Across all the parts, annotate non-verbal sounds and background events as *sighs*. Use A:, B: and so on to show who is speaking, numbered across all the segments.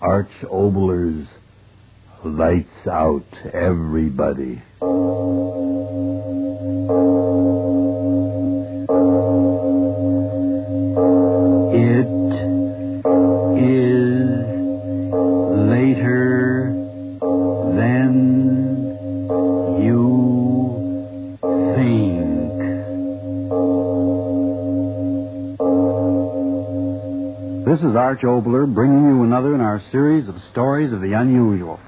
A: Arch Obler's Lights Out Everybody. It is later than you think. This is Arch Obler bringing you another in our series of stories of the unusual.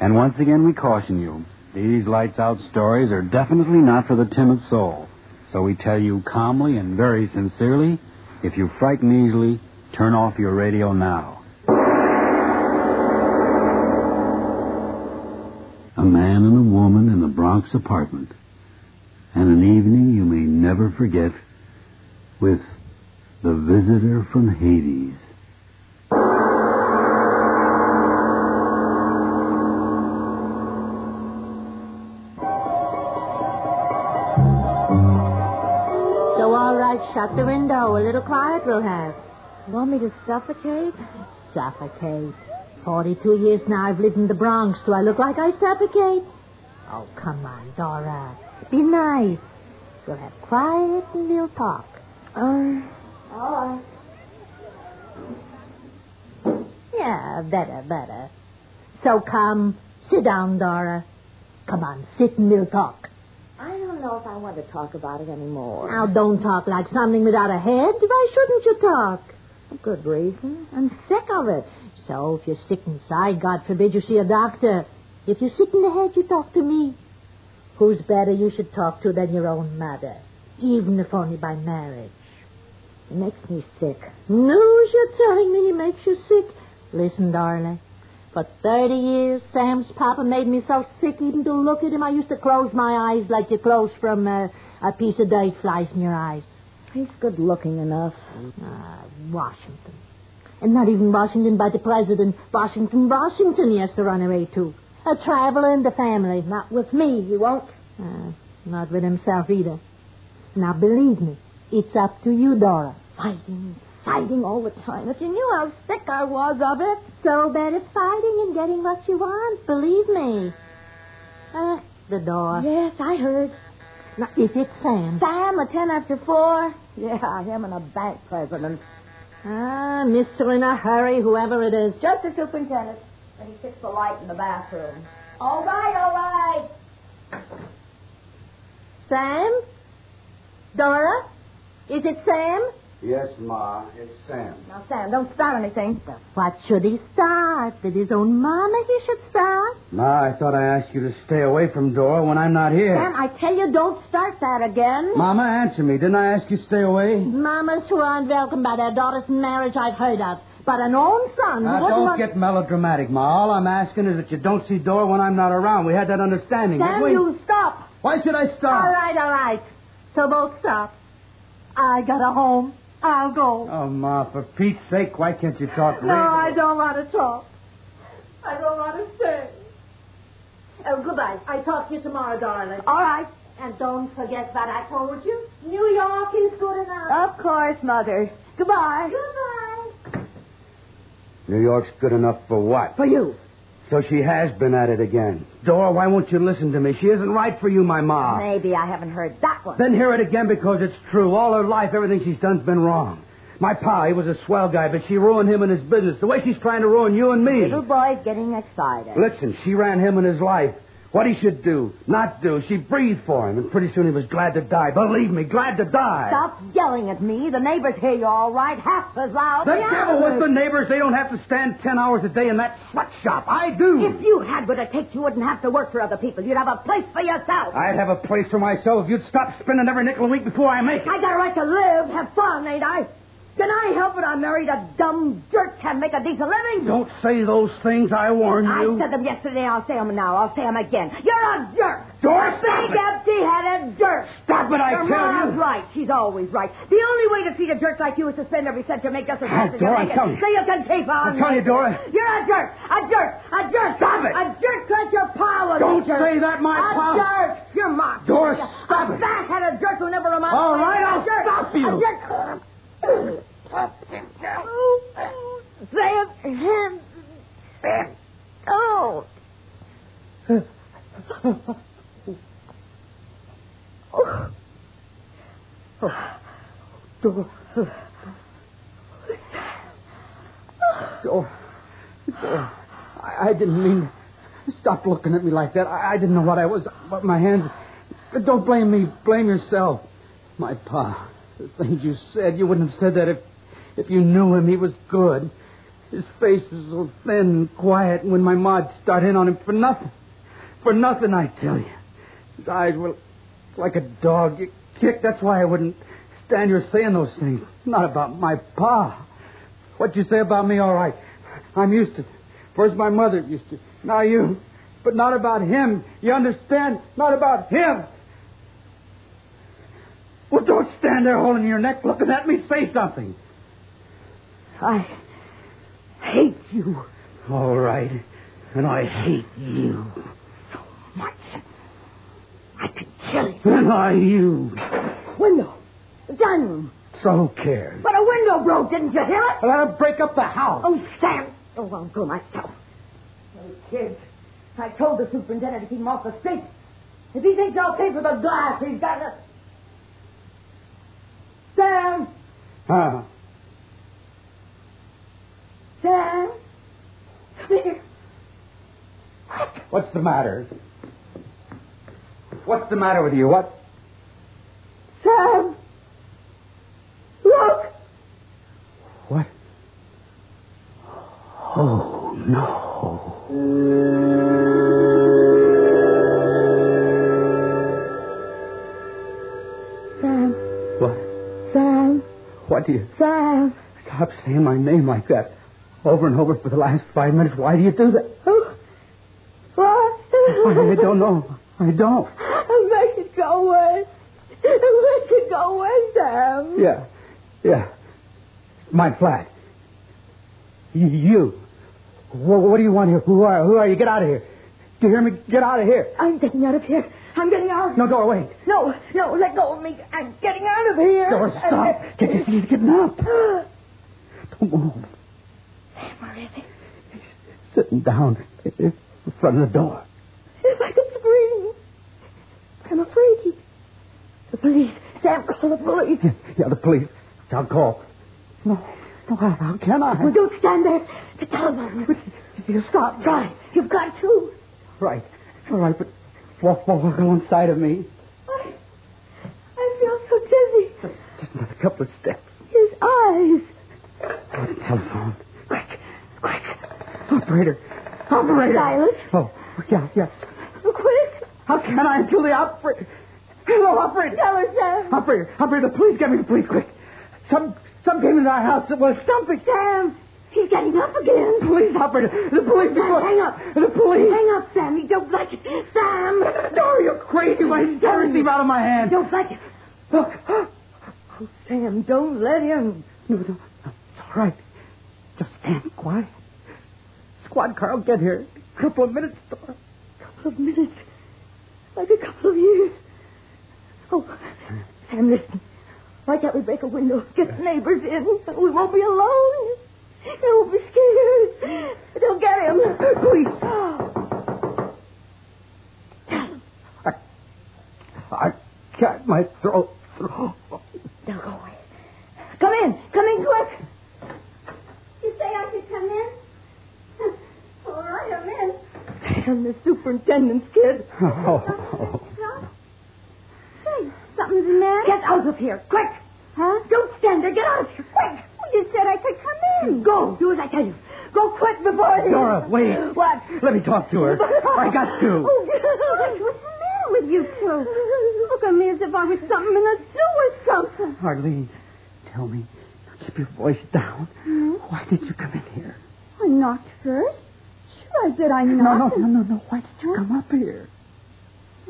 A: And once again, we caution you these lights out stories are definitely not for the timid soul. So we tell you calmly and very sincerely if you frighten easily, turn off your radio now. A man and a woman in a Bronx apartment, and an evening you may never forget with the visitor from Hades.
B: So all right, shut the window. A little quiet we'll have.
C: Want me to suffocate?
B: Suffocate. Forty-two years now I've lived in the Bronx. Do I look like I suffocate? Oh, come on, Dora. Be nice. We'll have quiet and we'll talk.
C: Um,
B: Yeah, better, better. So come, sit down, Dora. Come on, sit and we'll talk.
C: I don't know if I want to talk about it anymore.
B: Now, don't talk like something without a head. Why shouldn't you talk?
C: Good reason.
B: I'm sick of it. So if you're sick inside, God forbid you see a doctor. If you're sick in the head, you talk to me. Who's better you should talk to than your own mother, even if only by marriage?
C: It makes me sick.
B: News you're telling me makes you sick. Listen, darling. For 30 years, Sam's papa made me so sick even to look at him. I used to close my eyes like you close from uh, a piece of dirt flies in your eyes.
C: He's good looking enough.
B: Ah, Washington. And not even Washington by the president. Washington, Washington he has to run away to. A traveler in the family. Not with me, he won't. Uh, not with himself either. Now, believe me, it's up to you, Dora.
C: Fighting, fighting all the time. If you knew how sick I was of it.
B: So bad at fighting and getting what you want, believe me.
C: Uh,
B: Ah, the door.
C: Yes, I heard.
B: Now, if it's Sam.
C: Sam, a ten after four. Yeah, him and a bank president.
B: Ah, mister in a hurry, whoever it is.
C: Just the superintendent. And he fixed the light in the bathroom. All right, all right.
B: Sam? Dora? Is it Sam?
A: Yes, Ma, it's Sam.
C: Now, Sam, don't start anything.
B: What should he start? With his own mama he should start?
A: Ma, I thought I asked you to stay away from Dora when I'm not here.
C: Sam, I tell you, don't start that again.
A: Mama, answer me. Didn't I ask you to stay away?
B: Mamas who aren't welcome by their daughters in marriage I've heard of. But an own son who
A: Now,
B: wouldn't
A: don't
B: want-
A: get melodramatic, Ma. All I'm asking is that you don't see Dora when I'm not around. We had that understanding.
B: Sam,
A: didn't we?
B: you stop.
A: Why should I stop?
B: All right, all right. So both stop. I got a home. I'll go.
A: Oh, Ma, for Pete's sake, why can't you talk
B: no,
A: reasonable?
B: I don't want to talk. I don't want to stay. Oh, goodbye. I talk to you tomorrow, darling.
C: All right.
B: And don't forget what I told you. New York is good enough.
C: Of course, Mother. Goodbye.
B: Goodbye.
A: New York's good enough for what?
C: For you.
A: So she has been at it again. Dora, why won't you listen to me? She isn't right for you, my Ma.
C: Maybe I haven't heard that one.
A: Then hear it again because it's true. All her life, everything she's done's been wrong. My pa, he was a swell guy, but she ruined him and his business. The way she's trying to ruin you and me.
C: Little boy's getting excited.
A: Listen, she ran him and his life. What he should do, not do. She breathed for him, and pretty soon he was glad to die. Believe me, glad to die.
C: Stop yelling at me. The neighbors hear you all right, half as loud.
A: The
C: Yeah.
A: devil with the neighbors. They don't have to stand ten hours a day in that sweat shop. I do.
C: If you had what it takes, you wouldn't have to work for other people. You'd have a place for yourself.
A: I'd have a place for myself if you'd stop spending every nickel a week before I make it.
C: I got a right to live, have fun, ain't I? Can I help it? I married a dumb jerk, can't make a decent living.
A: Don't say those things. I warn
C: I
A: you.
C: said them yesterday. I'll say them now. I'll say them again. You're a jerk.
A: Doris, stop
C: Big,
A: it.
C: empty-headed jerk.
A: Stop it, I
C: Your
A: tell
C: ma's
A: you.
C: right. She's always right. The only way to treat a jerk like you is to spend every cent you make just as
A: Oh,
C: fast as you
A: Dora,
C: make
A: I'm telling
C: it.
A: you.
C: So you can keep on.
A: I'm telling you, Dora.
C: You're a jerk. A jerk. A jerk.
A: Stop it.
C: A jerk like your pa was.
A: Don't
C: a jerk.
A: say that, my
C: a
A: pa-
C: jerk. Your ma.
A: Dora, stop
C: a
A: it.
C: fat-headed jerk who never reminds
A: All
C: me
A: right,
C: of a
A: I'll
C: jerk.
A: stop you.
C: A jerk. Say it. Ben, don't. oh. Oh. Door.
D: Door. Door. Oh, I, I didn't mean. Stop looking at me like that. I, I didn't know what I was. But my hands. But Don't blame me. Blame yourself. My pa. The things you said. You wouldn't have said that if, if you knew him. He was good. His face was so thin and quiet when my ma'd start in on him for nothing. For nothing, I tell you. His eyes were like a dog. You kicked. That's why I wouldn't stand your saying those things. Not about my pa. What you say about me, all right. I'm used to it. First my mother used to. Now you. But not about him. You understand? Not about him. Well, don't stand there holding your neck looking at me. Say something.
C: I hate you
D: All right. And I hate you.
C: so much. I could kill you.
D: And I you.
C: Window. The dining room.
D: So who cares?
C: But a window broke, didn't you hear it?
D: Let him break up the house.
C: Oh, Sam. Oh, I'll go myself. Those kids. I told the superintendent to keep them off the street. If he thinks I'll pay for the glass, he's got to... Sam!
D: Huh.
C: Sam? Here.
D: What's the matter? What's the matter with you? What?
C: Sam! Look!
D: What? Oh, no.
C: Sam,
D: What?
C: Sam,
D: What do you.
C: Sam.
D: Stop saying my name like that. Over and over for the last five minutes. Why do you do that?
C: Oh, what?
D: I don't know. I don't.
C: I'll make it go away. I'll make it go away, Sam.
D: Yeah. Yeah. My flat. Y- you. Wha what do you want here? Who are, who are you? Get out of here. Do you hear me? Get out of here.
C: I'm getting out of here. I'm getting out.
D: No, Dora, wait.
C: no, no, let go of me. I'm getting out of here.
D: Dora, stop. Get your seat. Get up. Don't move.
C: Sam, where is he?
D: Sitting down in front of the door.
C: If I could scream. I'm afraid he... The police. Sam, call the police.
D: *laughs* Yeah, the police. I'll call. No, no, how, how can I?
C: Well, don't stand there. The telephone.
D: you
C: stop. Try. You've got to.
D: Right. All right, but walk, walk, walk alongside of me.
C: I, I feel so dizzy.
D: Just another couple of steps.
C: His eyes.
D: Oh, the telephone.
C: Quick, quick.
D: Operator. Operator.
C: Silas.
D: Oh, yeah, yeah.
C: Quick.
D: How can I until the operator? Hello, operator.
C: Tell her, Sam.
D: Operator, operator, the police. Get me the police, quick. Some, some came into our house. It was something.
C: Sam, he's getting up again.
D: Police, operator. The police.
C: Sam, hang up.
D: The police.
C: Hang up, Sam. He don't like it. Sam.
D: Dora, you're crazy. Why did you tear his out of my hand?
C: Don't like it.
D: Look.
C: Oh, Sam, don't let him.
D: No, no, no. It's all right. Just stand quiet. Squad car will get here. A couple of minutes, Dora.
C: A couple of minutes. Like a couple of years. Oh, Sam, listen. Why can't we break a window? Get the neighbors in. We won't be alone. They won't be scared. They'll get him. Please.
D: I got my throat. throat.
C: They'll go away. Come in. Come in quick. You say I should come in? *laughs* All right, I'm in. I'm the superintendent's kid.
D: Oh.
C: Hey, something's the matter? Get out of here, quick! Huh? Don't stand there. Get out of here, quick! You said I could come in. Go. Do as I tell you. Go quick before
D: *laughs*
C: he...
D: Dora, wait.
C: What?
D: Let me talk to her. I got to.
C: Oh, *laughs* gosh, what's the matter with you two? Look at me as if I was something in a zoo or something.
D: Arlene, tell me. now Keep your voice down. Why did you come in here?
C: I knocked first. Sure, did I
D: No, no, no, no, no. Why did you come up here?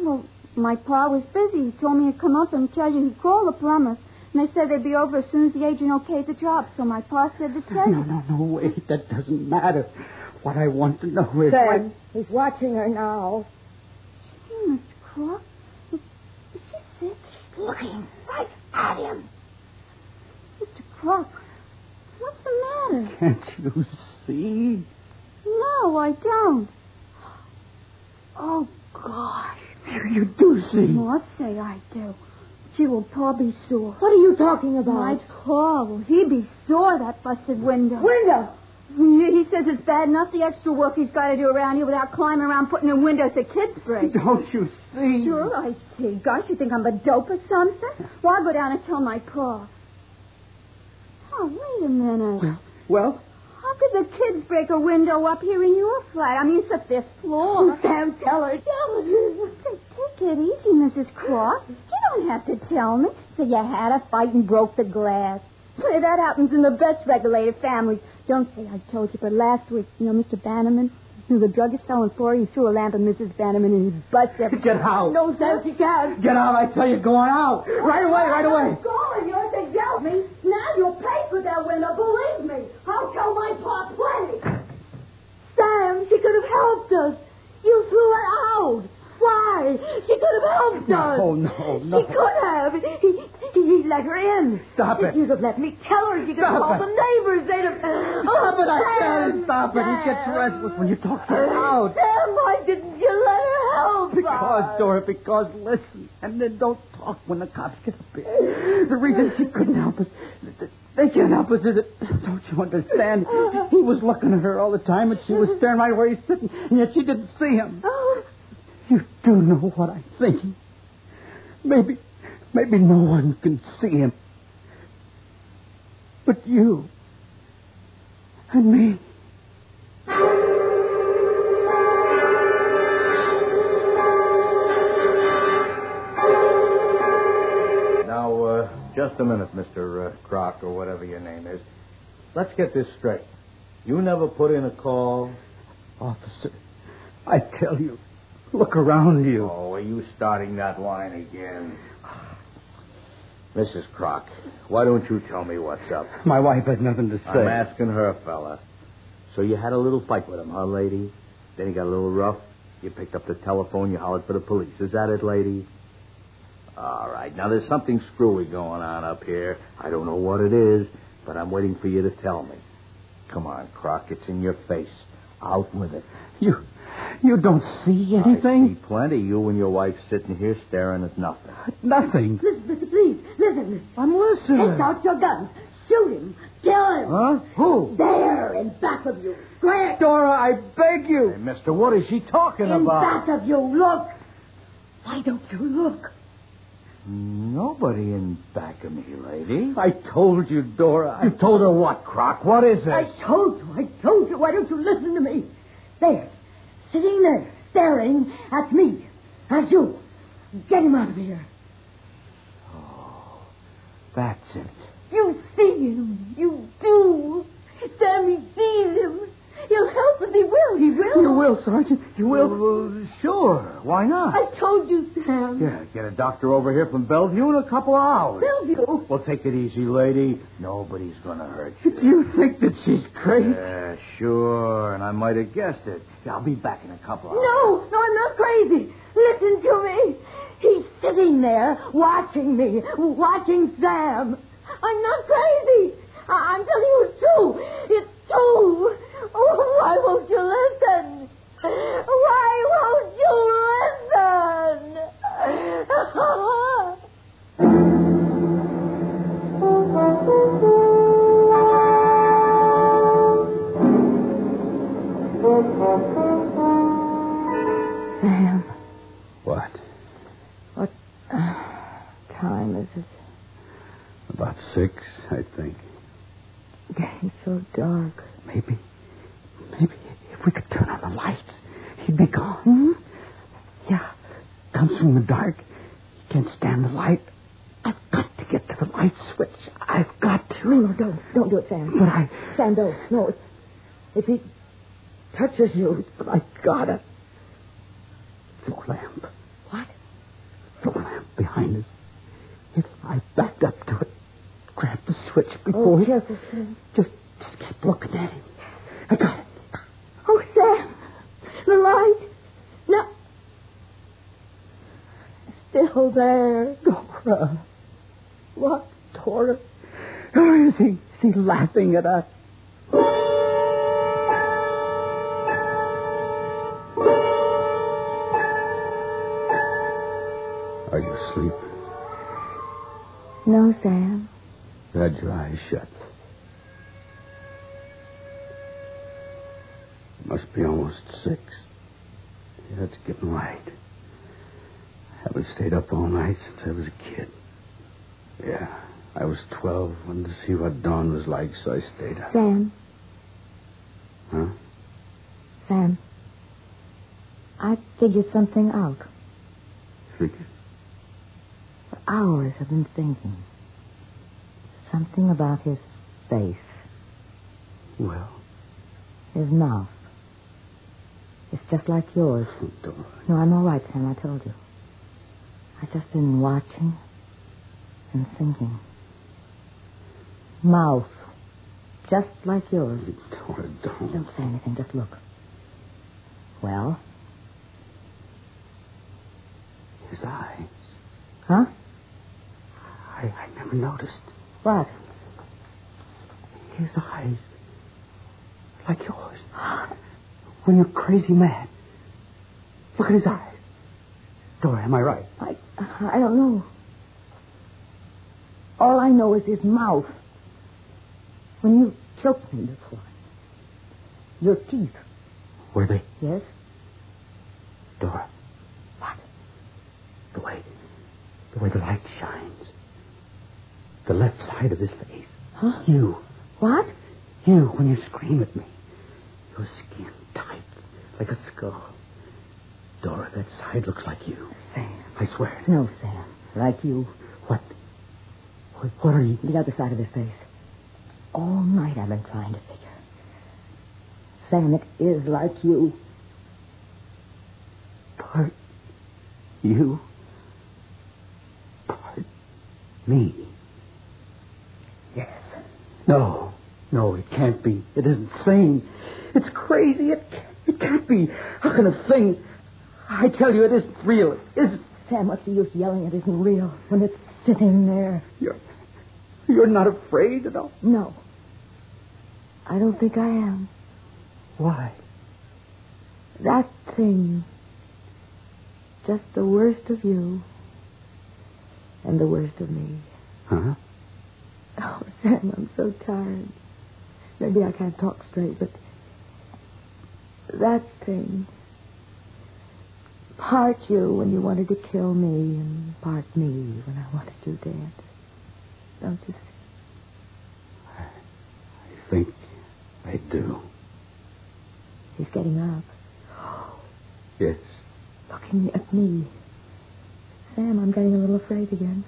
E: Well, my pa was busy. He told me to come up and tell you he called the plumbers. And they said they'd be over as soon as the agent okayed the job. So my pa said to
B: *laughs*
D: No,
E: tell you.
D: no, no. Wait. That doesn't matter. What I want to know is.
C: Sam, he's watching her now.
E: Gee, Mr. Crook, is is she sick?
C: Looking right at him.
E: Mr. Crook, what's the matter?
D: Can't you see?
E: No, No, I don't. Oh, gosh.
D: You do see.
E: Well, I'll say I do. Gee, will Pa be sore?
B: What are you talking about?
E: My Pa, will he be sore, that busted window?
C: Window.
E: He he says it's bad enough the extra work he's got to do around here without climbing around putting in windows the kids break.
D: Don't you see?
E: *laughs* Sure, I see. Gosh, you think I'm a dope or something? Why go down and tell my Pa? Oh, wait a minute.
D: Well,
E: How could the kids break a window up here in your flat? I mean, it's the fifth floor.
C: Sam, tell her. Tell her.
E: Take it easy, Mrs. Cross. You don't have to tell me. So you had a fight and broke the glass. Say, that happens in the best regulated families. Don't say I told you, but last week, you know, Mr. Bannerman, he was a druggist selling for he threw a lamp at Mrs. Bannerman and he
D: *laughs*
E: busted everything.
D: get out.
C: No, Sam, she can't.
D: Get out, I tell you, go on out. Right away, right away.
C: Calling you if they yell at me. Now you'll pay for that window. Believe me. I'll tell my pa plenty. Sam, she could have helped us. You threw her out. Why? She could have helped us.
D: No, no, no.
C: She could have. He, he, he let her in.
D: Stop it.
C: If you'd have let me tell her, she could have
D: Stop
C: called
D: it.
C: the neighbors. They'd have.
D: Stop it, I
C: Sam,
D: tell you, stop it. He gets
C: Sam.
D: restless when you talk to him out.
C: Sam, why didn't you let her help us?
D: Because, Dora, because listen, and then don't talk when the cops get up here. The reason she couldn't help us, th- th- they can't help us, is it? Don't you understand? He was looking at her all the time, and she was staring right where he's sitting, and yet she didn't see him. You do know what I'm thinking. Maybe, maybe no one can see him. But you and me.
F: Now, uh, just a minute, Mr. Uh, Croc, or whatever your name is. Let's get this straight. You never put in a call.
D: Officer, I tell you, look around you.
F: Oh, are you starting that line again? *sighs* Mrs. Croc, why don't you tell me what's up?
D: My wife has nothing to say.
F: I'm asking her, fella. So you had a little fight with him, huh, lady? Then he got a little rough. You picked up the telephone, you hollered for the police. Is that it, lady? All right. Now, there's something screwy going on up here. I don't know what it is, but I'm waiting for you to tell me. Come on, Croc. It's in your face. Out with it.
D: You, you don't see
F: I see
D: anything?
F: plenty. You and your wife sitting here staring at nothing.
D: Nothing.
C: Listen, listen, please. Listen.
D: I'm
C: Take
D: listening.
C: out your guns. Shoot him. Kill him.
D: Hmm. Huh? Who?
C: There, in back of you. Grant,
D: Dora, I beg you.
F: mister, what is she talking
C: in back of you. Look. Why don't you look?
F: Nobody in back of me, lady.
D: I told you, Dora. I told her what, Croc? What is it?
C: I told you, I told you. Why don't you listen to me? There, sitting there, staring at me, at you. Get him out of here.
F: That's it.
C: You see him. You do. Sammy sees him. He'll help us. He will. He will.
D: You will, Sergeant. You will.
F: Well, sure. Why not?
C: I told you, Sam.
F: Yeah, get a doctor over here from Bellevue in a couple of hours.
C: Bellevue.
F: Well, take it easy, lady. Nobody's going to hurt you.
D: Do you think that she's crazy?
F: Yeah, sure, and I might have guessed it. Yeah, I'll be back in a couple of hours.
C: No, no, I'm not crazy. Listen to me. He's sitting there watching me, watching Sam. I'm not crazy. I- I'm telling you it's true. It's true. Oh, why won't you listen? Why won't *laughs* you listen?
B: Sam,
A: What?
B: what time is it?
A: About six, I think.
B: Getting so dark.
D: Maybe. Maybe if we could turn on the lights, he'd be
B: Hmm?
D: gone. Yeah. Comes from the dark. He can't stand the light. I've got to get to the light switch. I've got to.
B: No, no, don't. Don't do it, Sam.
D: But I.
B: Sam, don't. No, it- if he touches you,
D: I got it. Floor lamp. What? Floor lamp behind us. If I backed up to it, grabbed the switch before
B: oh,
D: he...
B: careful, Sam.
D: Just, just keep looking at him. I got it.
C: Oh, Sam, the light. No. Still there.
D: Dora. What, Dora? Or is he, is he laughing at us? Are you asleep?
C: No, Sam.
D: Had your eyes shut. Must be almost six. Yeah, it's getting light. Haven't stayed up all night since I was a kid. Yeah, I was 12. Wanted to see what dawn was like, so I stayed up.
C: Sam.
D: Huh?
C: Sam. I figured something out.
D: Figure.
C: For hours I've been thinking. Something about his face,
D: Well,
C: his mouth. It's just like yours.
D: Dora.
C: No, I'm all right, Sam. I told you. I've just been watching and thinking. Mouth. Just like yours.
D: Dora, don't.
C: Don't say anything. Just look. Well?
D: His eye.
C: Huh?
D: I, I never noticed.
C: What?
D: His eyes. Like yours. When you're crazy mad. Look at his eyes. Dora, am I right?
C: I, I don't know. All I know is his mouth. When you choked me before, your teeth.
D: Were they?
C: Yes?
D: Dora. What? The way. The way the light shines. The left side of his face.
C: Huh?
D: You.
C: What?
D: You, when you scream at me. Your skin tight, like a skull. Dora, that side looks like you.
C: Sam.
D: I swear. it.
C: No, Sam. Like you.
D: What? What, what are you.
C: The other side of his face. All night I've been trying to figure. Sam, it is like you.
D: Part. You. Part. Me.
C: Yes.
D: No. No, it can't be. It is insane. It's crazy. It, it can't be. How can a thing. I tell you, it isn't real. It isn't.
C: Sam, what's the use yelling it isn't real when it's sitting there?
D: You're, you're not afraid at all.
C: No. I don't think I am.
D: Why?
C: That thing. Just the worst of you. And the worst of me.
D: Huh?
C: Oh, Sam, I'm so tired. Maybe I can't talk straight, but. That thing. Part you when you wanted to kill me, and part me when I wanted you dead. Don't you see?
D: I think I do.
C: He's getting up,
D: Yes.
C: looking at me. Sam, I'm getting a little afraid again.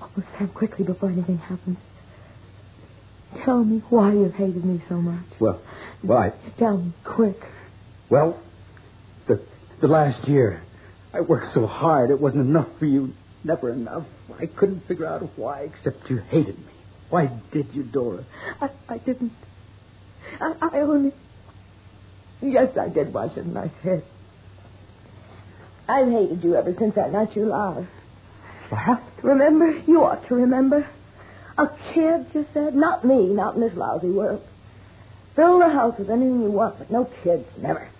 C: Oh, Sam, quickly before anything happens. Tell me why you've hated me so much.
D: Well, why?
C: Tell me, quick.
D: Well, the, the last year, I worked so hard, it wasn't enough for you. Never enough. I couldn't figure out why, except you hated me. Why did you, Dora?
C: I, I didn't. I, I only. Yes, I did wash in my head. I've hated you ever since I got you last.
D: What?
C: Remember? You ought to remember. A kid, you said? Not me, not in this lousy world. Fill the house with anything you want, but no kids, never.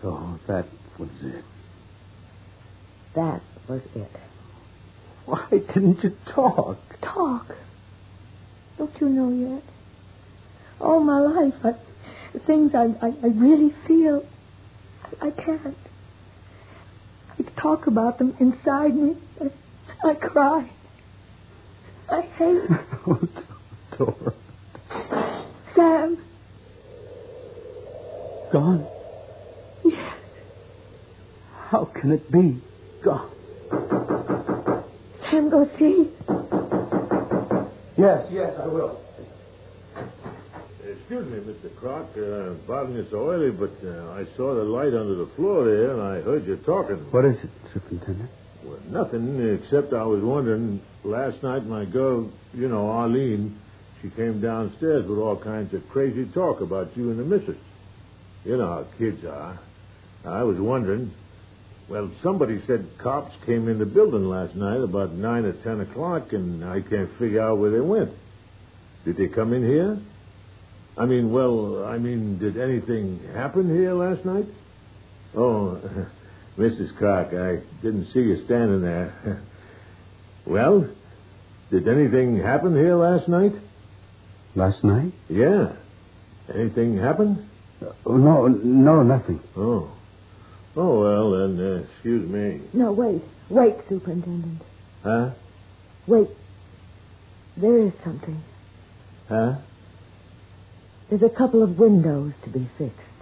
D: So Oh, that was it.
C: That was it.
D: Why didn't you talk? *laughs*
C: Talk. Don't you know yet? All my life, I, the things I, I, I really feel, I, I can't. I talk about them inside me. I, I cry. I hate
D: Oh, Dora.
C: Sam.
D: Gone?
C: Yes.
D: How can it be? Gone.
C: Sam, go see.
D: Yes, yes, I will.
G: Excuse me, Mr. Crock. Uh, pardon you so early, but uh, I saw the light under the floor there, and I heard you talking.
D: What is it, Superintendent?
G: Well, nothing, except I was wondering. Last night, my girl, you know, Arlene, she came downstairs with all kinds of crazy talk about you and the missus. You know how kids are. I was wondering. Well, somebody said cops came in the building last night about 9 or 10 o'clock, and I can't figure out where they went. Did they come in here? I mean, well, I mean, did anything happen here last night? Oh, *laughs* Mrs. Clark, I didn't see you standing there. *laughs* well, did anything happen here last night?
H: Last night?
G: Yeah. Anything happen?
H: Oh, no, no, nothing.
G: Oh. Oh, well, then, uh, excuse me.
C: No, wait. Wait, Superintendent.
G: Huh?
C: Wait. There is something.
G: Huh?
C: There's a couple of windows to be fixed.